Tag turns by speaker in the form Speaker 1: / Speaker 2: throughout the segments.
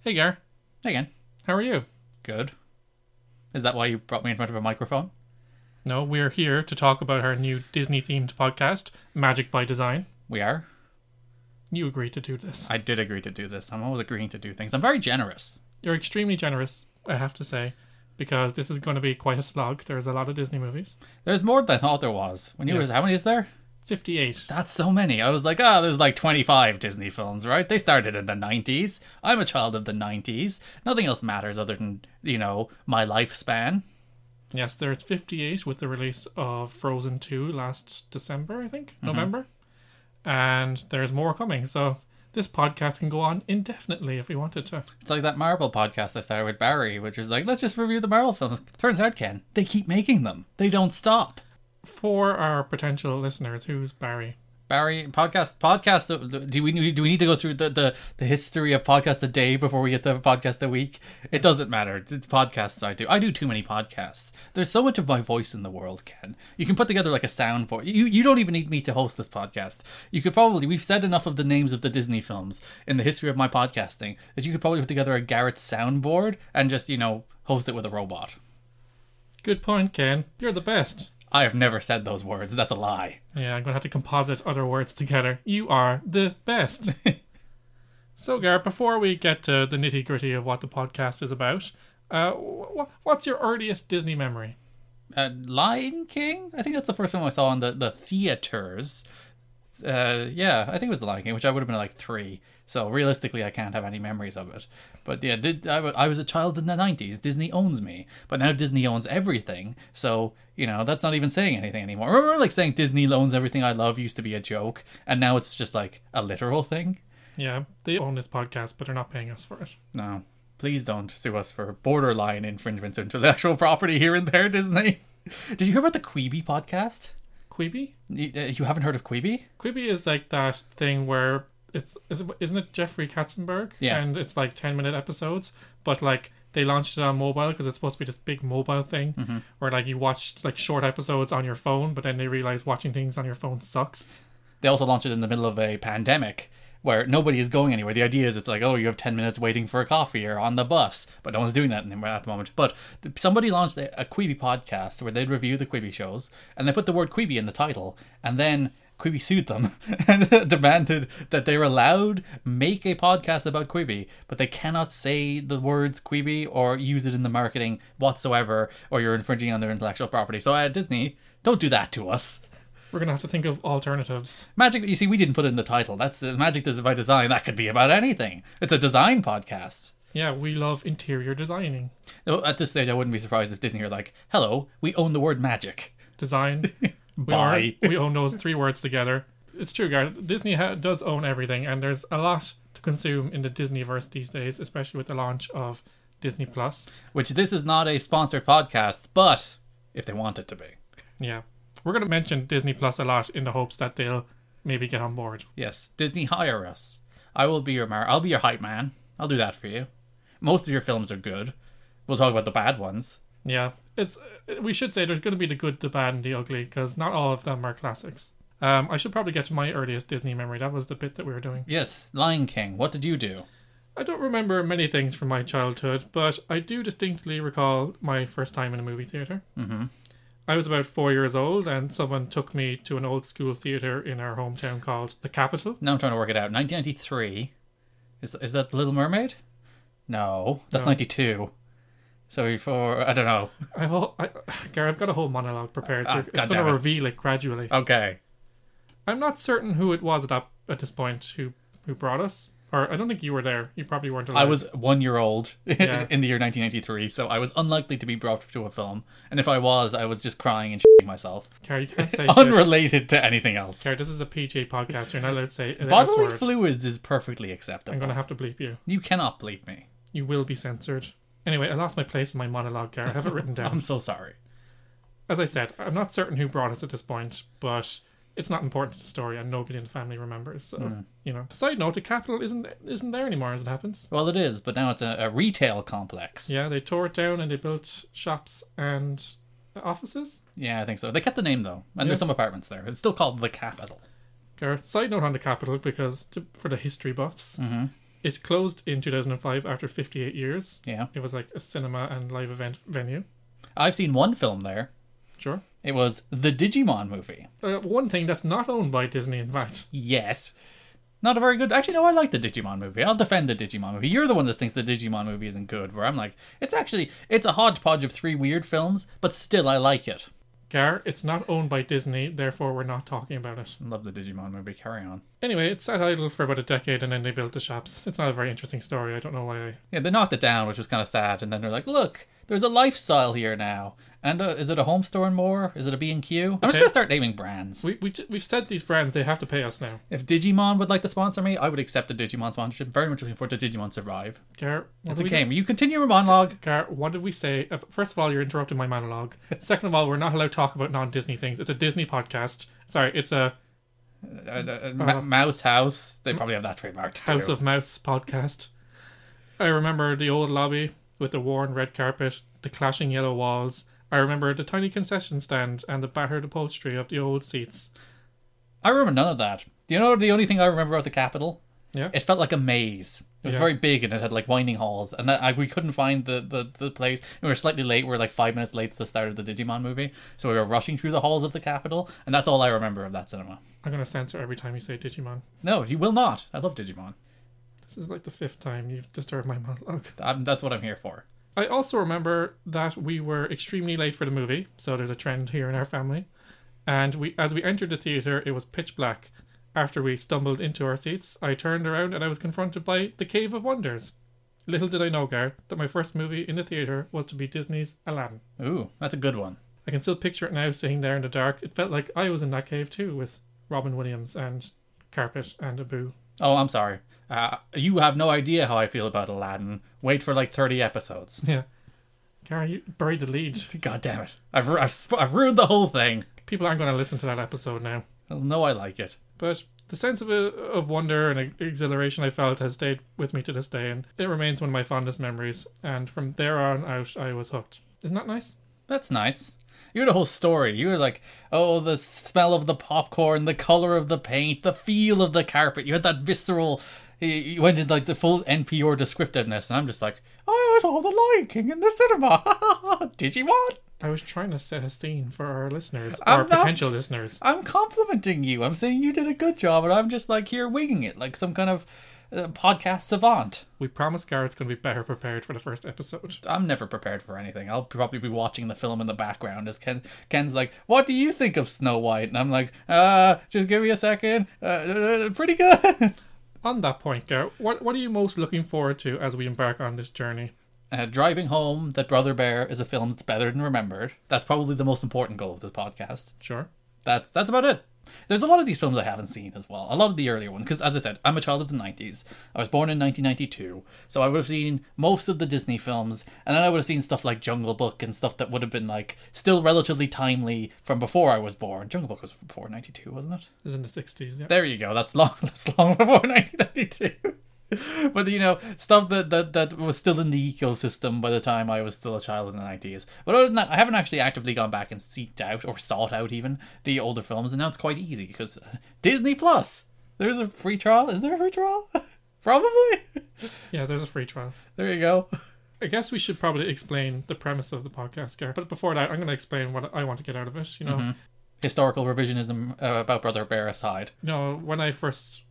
Speaker 1: Hey, Gar.
Speaker 2: Hey again.
Speaker 1: How are you?
Speaker 2: Good. Is that why you brought me in front of a microphone?
Speaker 1: No, we're here to talk about our new Disney themed podcast, Magic by Design.
Speaker 2: We are.
Speaker 1: You agreed to do this.
Speaker 2: I did agree to do this. I'm always agreeing to do things. I'm very generous.
Speaker 1: You're extremely generous, I have to say, because this is going to be quite a slog. There's a lot of Disney movies.
Speaker 2: There's more than I thought there was. When you
Speaker 1: Yeah.
Speaker 2: was how many is there?
Speaker 1: 58.
Speaker 2: That's so many. I was like, ah, there's like 25 Disney films, right? They started in the 90s. I'm a child of the 90s. Nothing else matters other than, you know, my lifespan.
Speaker 1: Yes, there's 58 with the release of Frozen 2 last December, I think, November. And there's more coming. So this podcast can go on indefinitely if we wanted to.
Speaker 2: It's like that Marvel podcast I started with Barry, which is like, let's just review the Marvel films. Turns out, Ken, they keep making them. They don't stop.
Speaker 1: For our potential listeners, who's Barry?
Speaker 2: Barry podcast podcast. uh, th- Do we do we need to go through the, the, the history of podcast a day before we get to podcast a week? It doesn't matter. It's podcasts I do. I do too many podcasts. There's so much of my voice in the world, Ken. You can put together like a soundboard. You you don't even need me to host this podcast. You could probably we've said enough of the names of the Disney films in the history of my podcasting that you could probably put together a Garrett soundboard and just you know host it with a robot.
Speaker 1: Good point, Ken. You're the best.
Speaker 2: I have never said those words. That's a lie.
Speaker 1: Yeah, I'm gonna have to composite other words together. You are the best. so, Garrett, before we get to the nitty gritty of what the podcast is about, uh, wh- wh- what's your earliest Disney memory?
Speaker 2: uh, Lion King. I think that's the first one I saw in the the theaters. Uh, yeah, I think it was the Lion King, which I would have been like three. So realistically, I can't have any memories of it. But yeah, did, I, wa- I was a child in the '90s. Disney owns me, but now Disney owns everything. So you know that's not even saying anything anymore. Remember, like saying Disney owns everything I love used to be a joke, and now it's just like a literal thing.
Speaker 1: Yeah, they own this podcast, but they're not paying us for it.
Speaker 2: No, please don't sue us for borderline infringements of intellectual property here and there, Disney. Did you hear about the Queeby podcast?
Speaker 1: Quibi?
Speaker 2: You, uh, you haven't heard of Queeby?
Speaker 1: Quibi is like that thing where it's is it- isn't it Jeffrey Katzenberg?
Speaker 2: Yeah.
Speaker 1: And it's like ten minute episodes, but like they launched it on mobile because it's supposed to be this big mobile thing where like you watch like short episodes on your phone, but then they realize watching things on your phone sucks.
Speaker 2: They also launched it in the middle of a pandemic where nobody is going anywhere. The idea is it's like, oh, you have 10 minutes waiting for a coffee or on the bus, but no one's doing that anymore at the moment. But th- somebody launched a, a Quibi podcast where they'd review the Quibi shows and they put the word Quibi in the title and then Quibi sued them and demanded that they were allowed make a podcast about Quibi, but they cannot say the words Quibi or use it in the marketing whatsoever, or you're infringing on their intellectual property. So uh, Disney, don't do that to us.
Speaker 1: We're gonna have to think of alternatives.
Speaker 2: Magic, you see, we didn't put it in the title. That's uh, Magic Des- by Design. That could be about anything. It's a design podcast.
Speaker 1: Yeah, we love interior designing.
Speaker 2: No, At this stage, I wouldn't be surprised if Disney were like, hello, we own the word magic.
Speaker 1: Design. We,
Speaker 2: Bye.
Speaker 1: Own, we own those three words together. It's true, Gareth. Disney ha- does own everything, and there's a lot to consume in the Disneyverse these days, especially with the launch of Disney Plus.
Speaker 2: Which this is not a sponsored podcast, but if they want it to be.
Speaker 1: Yeah. We're going to mention Disney Plus a lot in the hopes that they'll maybe get on board.
Speaker 2: Yes, Disney hire us. I will be your mar- I'll be your hype man. I'll do that for you. Most of your films are good. We'll talk about the bad ones.
Speaker 1: Yeah. It's uh, we should say there's going to be the good, the bad, and the ugly because not all of them are classics. Um, I should probably get to my earliest Disney memory. That was the bit that we were doing.
Speaker 2: Yes, Lion King. What did you do?
Speaker 1: I don't remember many things from my childhood, but I do distinctly recall my first time in a movie theater. Mm-hmm. I was about four years old, and someone took me to an old school theater in our hometown called the Capitol.
Speaker 2: Now I'm trying to work it out. 1993. Is is that The Little Mermaid? No, that's
Speaker 1: No.
Speaker 2: 92. So before I don't know.
Speaker 1: I've all, I, Gary, I've got a whole monologue prepared, so
Speaker 2: Ah,
Speaker 1: it's going
Speaker 2: God damn
Speaker 1: to
Speaker 2: it.
Speaker 1: reveal it gradually.
Speaker 2: Okay.
Speaker 1: I'm not certain who it was at that at this point who who brought us. Or I don't think you were there. You probably weren't alive.
Speaker 2: I was one year old
Speaker 1: Yeah.
Speaker 2: in the year 1993, so I was unlikely to be brought to a film. And if I was, I was just crying and shitting myself,
Speaker 1: Carrie, you can't say shit.
Speaker 2: unrelated to anything else.
Speaker 1: Carrie, this is a PJ podcast. You're not allowed to say an S
Speaker 2: Bodily
Speaker 1: word.
Speaker 2: fluids is perfectly acceptable.
Speaker 1: I'm gonna have to bleep you.
Speaker 2: You cannot bleep me.
Speaker 1: You will be censored. Anyway, I lost my place in my monologue, Gary. I have it written
Speaker 2: I'm
Speaker 1: down.
Speaker 2: so sorry.
Speaker 1: As I said, I'm not certain who brought us at this point, but it's not important to the story, and nobody in the family remembers. So you know. Side note: the capital isn't isn't there anymore, as it happens.
Speaker 2: Well, it is, but now it's a, a retail complex.
Speaker 1: Yeah, they tore it down and they built shops and offices.
Speaker 2: Yeah, I think so. They kept the name though, and there's some apartments there. It's still called the Capital. Hmm.
Speaker 1: Gareth, side note on the capital because to, for the history buffs, It closed in 2005 after 58 years.
Speaker 2: Yeah.
Speaker 1: It was like a cinema and live event venue.
Speaker 2: I've seen one film there.
Speaker 1: Sure.
Speaker 2: It was the Digimon movie.
Speaker 1: Uh, one thing that's not owned by Disney, in fact.
Speaker 2: Yes. Not a very good. Actually, no, I like the Digimon movie. I'll defend the Digimon movie. You're the one that thinks the Digimon movie isn't good, where I'm like, it's actually it's a hodgepodge of three weird films, but still I like it.
Speaker 1: Gar, it's not owned by Disney, therefore we're not talking about it.
Speaker 2: Love the Digimon movie. Carry on.
Speaker 1: Anyway, it sat idle for about a decade and then they built the shops. It's not a very interesting story. I don't know why. I...
Speaker 2: Yeah, they knocked it down, which was kind of sad, and then they're like, look, there's a lifestyle here now. And uh, is it a home store and more? Is it a B&Q? I'm just
Speaker 1: Okay.
Speaker 2: going to start naming brands.
Speaker 1: We, we, we've said these brands, they have to pay us now.
Speaker 2: If Digimon would like to sponsor me, I would accept a Digimon sponsorship. Very much looking forward to Digimon Survive.
Speaker 1: Gar, what
Speaker 2: It's
Speaker 1: do
Speaker 2: a
Speaker 1: we
Speaker 2: game. You continue your monologue.
Speaker 1: Gar, what did we say? Uh, First of all, you're interrupting my monologue. Second of all, we're not allowed to talk about non-Disney things. It's a Disney podcast. Sorry, it's a
Speaker 2: Uh, uh, Ma- Mouse House. They probably have that trademarked. too.
Speaker 1: Uh-huh. House of Mouse podcast. I remember the old lobby with the worn red carpet, the clashing yellow walls. I remember the tiny concession stand and the battered upholstery of the old seats.
Speaker 2: I remember none of that. Do you know the only thing I remember about the Capitol?
Speaker 1: Yeah.
Speaker 2: It felt like a maze. It was
Speaker 1: Yeah.
Speaker 2: very big and it had like winding halls, and that, I, we couldn't find the, the, the place. We were slightly late. We were like five minutes late to the start of the Digimon movie, so we were rushing through the halls of the Capitol, and that's all I remember of that cinema.
Speaker 1: I'm gonna censor every time you say Digimon.
Speaker 2: No, you will not. I love Digimon.
Speaker 1: This is like the fifth time you've disturbed my monologue.
Speaker 2: I'm, that's what I'm here for.
Speaker 1: I also remember that we were extremely late for the movie, so there's a trend here in our family. And we, as we entered the theater, it was pitch black. After we stumbled into our seats, I turned around and I was confronted by the Cave of Wonders. Little did I know, Gar, that my first movie in the theater was to be Disney's Aladdin.
Speaker 2: Ooh, that's a good one.
Speaker 1: I can still picture it now, sitting there in the dark. It felt like I was in that cave too, with Robin Williams and Carpet and Abu.
Speaker 2: Oh, I'm sorry. Uh, you have no idea how I feel about Aladdin. Wait for like 30 episodes.
Speaker 1: Yeah, Gar, you buried the lead.
Speaker 2: God damn it. I've, ru- I've, sp- I've ruined the whole thing.
Speaker 1: People aren't going to listen to that episode now.
Speaker 2: They'll know I like it.
Speaker 1: But the sense of, of wonder and exhilaration I felt has stayed with me to this day, and it remains one of my fondest memories. And from there on out, I was hooked. Isn't that nice?
Speaker 2: That's nice. You had a whole story. You were like, oh, the smell of the popcorn, the color of the paint, the feel of the carpet. You had that visceral. y- You went into like the full NPR descriptiveness, and I'm just like, oh, I saw the Lion King in the cinema. Digimon.
Speaker 1: I was trying to set a scene for our listeners,
Speaker 2: I'm
Speaker 1: or
Speaker 2: not-
Speaker 1: potential listeners.
Speaker 2: I'm complimenting you. I'm saying you did a good job, and I'm just like here winging it, like some kind of uh, podcast savant.
Speaker 1: We promise Garrett's going to be better prepared for the first episode.
Speaker 2: I'm never prepared for anything. I'll probably be watching the film in the background as Ken Ken's like, "What do you think of Snow White?" And I'm like, "Uh, just give me a second. Uh, Uh, pretty good."
Speaker 1: On that point, Garrett, what, what are you most looking forward to as we embark on this journey?
Speaker 2: Uh, Driving home that Brother Bear is a film that's better than remembered. That's probably the most important goal of this podcast.
Speaker 1: Sure.
Speaker 2: That's that's about it. There's a lot of these films I haven't seen as well. A lot of the earlier ones, because as I said, I'm a child of the '90s. I was born in 1992, so I would have seen most of the Disney films, and then I would have seen stuff like Jungle Book and stuff that would have been like still relatively timely from before I was born. Jungle Book was before '92, wasn't it?
Speaker 1: It's in the 60s, yeah.
Speaker 2: There you go. That's long. That's long before 1992. But you know stuff that, that that was still in the ecosystem by the time I was still a child in the 90s. But other than that, I haven't actually actively gone back and seeked out or sought out even the older films, and now it's quite easy because Disney Plus. There's a free trial. Is there a free trial? Probably.
Speaker 1: Yeah, there's a free trial.
Speaker 2: There you go.
Speaker 1: I guess we should probably explain the premise of the podcast, Garrett. But before that, I'm going to explain what I want to get out of it. You know,
Speaker 2: Historical revisionism uh, about Brother Bear aside.
Speaker 1: No, when I first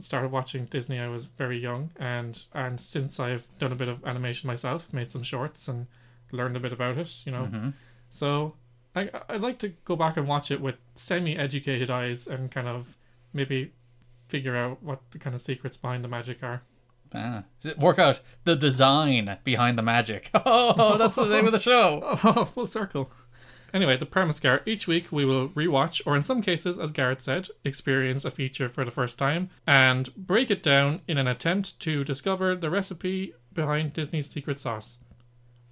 Speaker 1: started watching Disney, I was very young, and and since I've done a bit of animation myself, made some shorts and learned a bit about it, you know. So I I'd like to go back and watch it with semi-educated eyes and kind of maybe figure out what the kind of secrets behind the magic are.
Speaker 2: Ah, Does it work out the design behind the magic. Oh, that's the name of the show.
Speaker 1: Oh, full circle. Anyway, the premise, Garrett. Each week we will rewatch, or in some cases, as Garrett said, experience a feature for the first time and break it down in an attempt to discover the recipe behind Disney's secret sauce.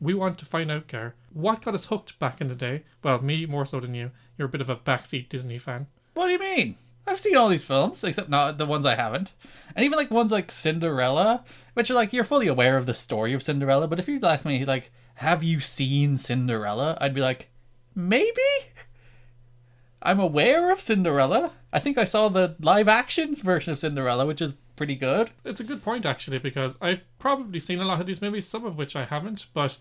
Speaker 1: We want to find out, Garrett, what got us hooked back in the day. Well, me more so than you. You're a bit of a backseat Disney fan.
Speaker 2: What do you mean? I've seen all these films, except not the ones I haven't. And even like ones like Cinderella, which are like you're fully aware of the story of Cinderella, but if you'd ask me like, have you seen Cinderella? I'd be like, maybe? I'm aware of Cinderella. I think I saw the live action version of Cinderella, which is pretty good.
Speaker 1: It's a good point actually because I've probably seen a lot of these movies, some of which I haven't, but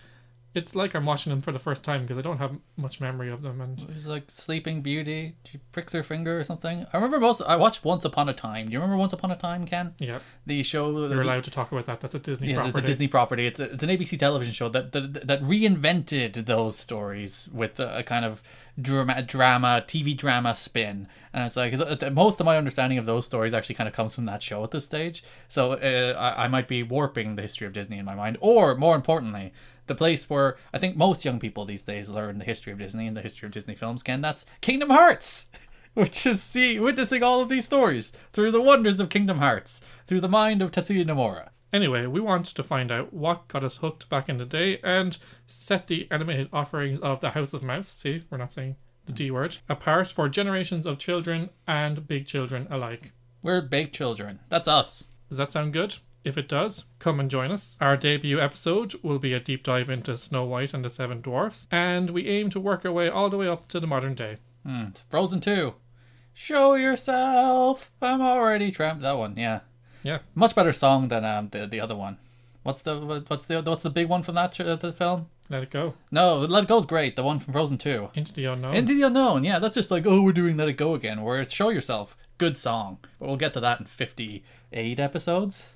Speaker 1: it's like I'm watching them for the first time because I don't have much memory of them. And
Speaker 2: It was like Sleeping Beauty. She pricks her finger or something. I remember most. I watched Once Upon a Time. Do you remember Once Upon a Time, Ken?
Speaker 1: yeah,
Speaker 2: The show.
Speaker 1: you're allowed to talk about that. That's a Disney
Speaker 2: Yes,
Speaker 1: property.
Speaker 2: it's a Disney property. It's, a, it's an ABC television show that that, that reinvented those stories with a, a kind of drama, drama, TV drama spin. And it's like th- th- most of my understanding of those stories actually kind of comes from that show at this stage. So uh, I, I might be warping the history of Disney in my mind, or more importantly, the place where I think most young people these days learn the history of Disney and the history of Disney films. Ken, that's Kingdom Hearts. which is see witnessing all of these stories through the wonders of Kingdom Hearts, through the mind of Tetsuya Nomura.
Speaker 1: Anyway, we want to find out what got us hooked back in the day and set the animated offerings of the House of Mouse. See, we're not saying the D word apart for generations of children and big children alike.
Speaker 2: We're big children. That's us.
Speaker 1: Does that sound good? If it does, come and join us. Our debut episode will be a deep dive into Snow White and the Seven Dwarfs, and we aim to work our way all the way up to the modern day.
Speaker 2: Hmm, it's Frozen 2. Show yourself. I'm already trapped. That one, yeah.
Speaker 1: Yeah.
Speaker 2: Much better song than um, the the other one. What's the what- what's the what's the big one from that ch- uh, the film?
Speaker 1: Let it go.
Speaker 2: No, Let It Go's great. The one from Frozen 2.
Speaker 1: Into the unknown.
Speaker 2: Into the Unknown. Yeah, that's just like oh, we're doing Let It Go again. Where it's Show Yourself. Good song. But we'll get to that in 58 episodes.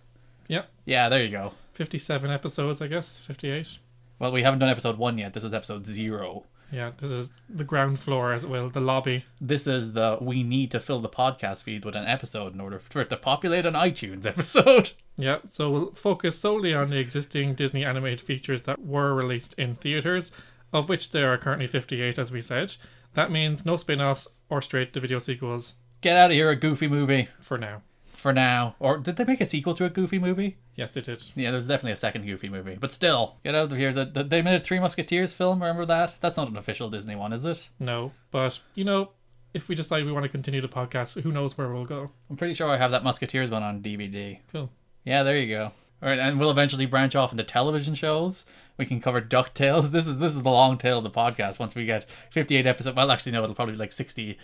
Speaker 1: yep.
Speaker 2: Yeah, there you go.
Speaker 1: 57 episodes, I guess. 58.
Speaker 2: Well, we haven't done episode one yet. This is episode zero.
Speaker 1: Yeah, this is the ground floor, as it will, the lobby.
Speaker 2: This is the we need to fill the podcast feed with an episode in order for it to populate an iTunes episode.
Speaker 1: Yeah, so we'll focus solely on the existing Disney animated features that were released in theaters, of which there are currently 58, as we said. That means no spin offs or straight to video sequels
Speaker 2: Get out of here, a goofy movie
Speaker 1: for now.
Speaker 2: for now. Or did they make a sequel to a goofy movie?
Speaker 1: Yes, they did.
Speaker 2: Yeah, there's definitely a second goofy movie, but still, get out of here. The, the, they made a Three Musketeers film. Remember that? That's not an official Disney one, is it?
Speaker 1: No, but you know, if we decide we want to continue the podcast, who knows where we'll go?
Speaker 2: I'm pretty sure I have that Musketeers one on DVD.
Speaker 1: Cool.
Speaker 2: Yeah, there you go. All right, and we'll eventually branch off into television shows. We can cover Ducktales. This is this is the long tail of the podcast. Once we get 58 episodes, well, actually no, it'll probably be like 60.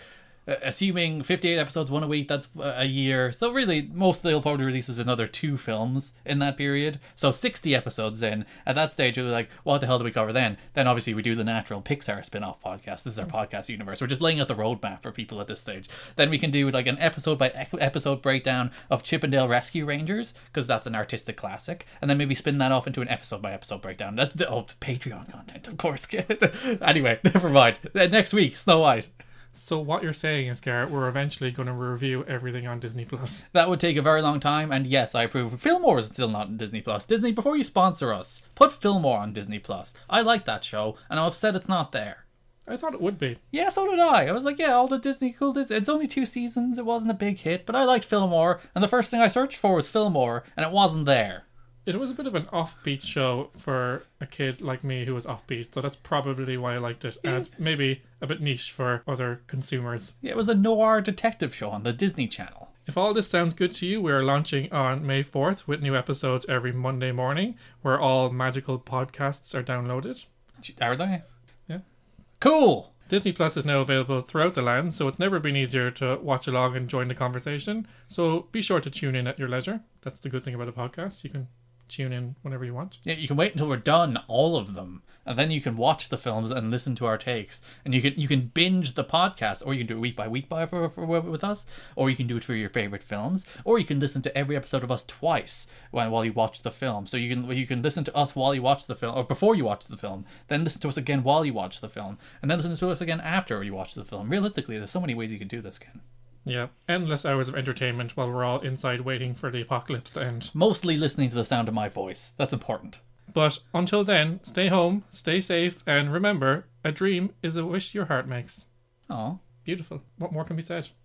Speaker 2: Uh, assuming 58 episodes, one a week, that's uh, a year. So really, most they'll probably release is another two films in that period. So 60 episodes in. At that stage, we're like, what the hell do we cover then? Then obviously we do the natural Pixar spin-off podcast. This is our podcast universe. We're just laying out the roadmap for people at this stage. Then we can do like an episode by ec- episode breakdown of Chippendale Rescue Rangers because that's an artistic classic, and then maybe spin that off into an episode by episode breakdown. That's the oh, Patreon content, of course. anyway, never mind. Uh, Next week, Snow White.
Speaker 1: So what you're saying is, Garrett, we're eventually going to review everything on Disney Plus.
Speaker 2: That would take a very long time, and yes, I approve. Fillmore is still not in Disney Plus. Disney, before you sponsor us, put Fillmore on Disney Plus. I like that show, and I'm upset it's not there.
Speaker 1: I thought it would be.
Speaker 2: Yeah, so did I. I was like, yeah, all the Disney cool Disney. It's only two seasons. It wasn't a big hit, but I liked Fillmore, and the first thing I searched for was Fillmore, and it wasn't there.
Speaker 1: It was a bit of an offbeat show for a kid like me who was offbeat, so that's probably why I liked it, and maybe a bit niche for other consumers.
Speaker 2: It was a noir detective show on the Disney Channel.
Speaker 1: If all this sounds good to you, we are launching on May 4th with new episodes every Monday morning, where all magical podcasts are downloaded.
Speaker 2: Are they?
Speaker 1: Yeah.
Speaker 2: Cool.
Speaker 1: Disney Plus is now available throughout the land, so it's never been easier to watch along and join the conversation. So be sure to tune in at your leisure. That's the good thing about a podcast. You can tune in whenever you want.
Speaker 2: Yeah, you can wait until we're done all of them, and then you can watch the films and listen to our takes, and you can you can binge the podcast, or you can do it week by week by for, for, with us, or you can do it for your favorite films, or you can listen to every episode of us twice while while you watch the film. So you can you can listen to us while you watch the film, or before you watch the film, then listen to us again while you watch the film, and then listen to us again after you watch the film. Realistically, there's so many ways you can do this, Ken.
Speaker 1: Yeah, endless hours of entertainment while we're all inside waiting for the apocalypse to end.
Speaker 2: Mostly listening to the sound of my voice. That's important.
Speaker 1: But until then, stay home, stay safe, and remember a dream is a wish your heart makes.
Speaker 2: Oh.
Speaker 1: Beautiful. What more can be said?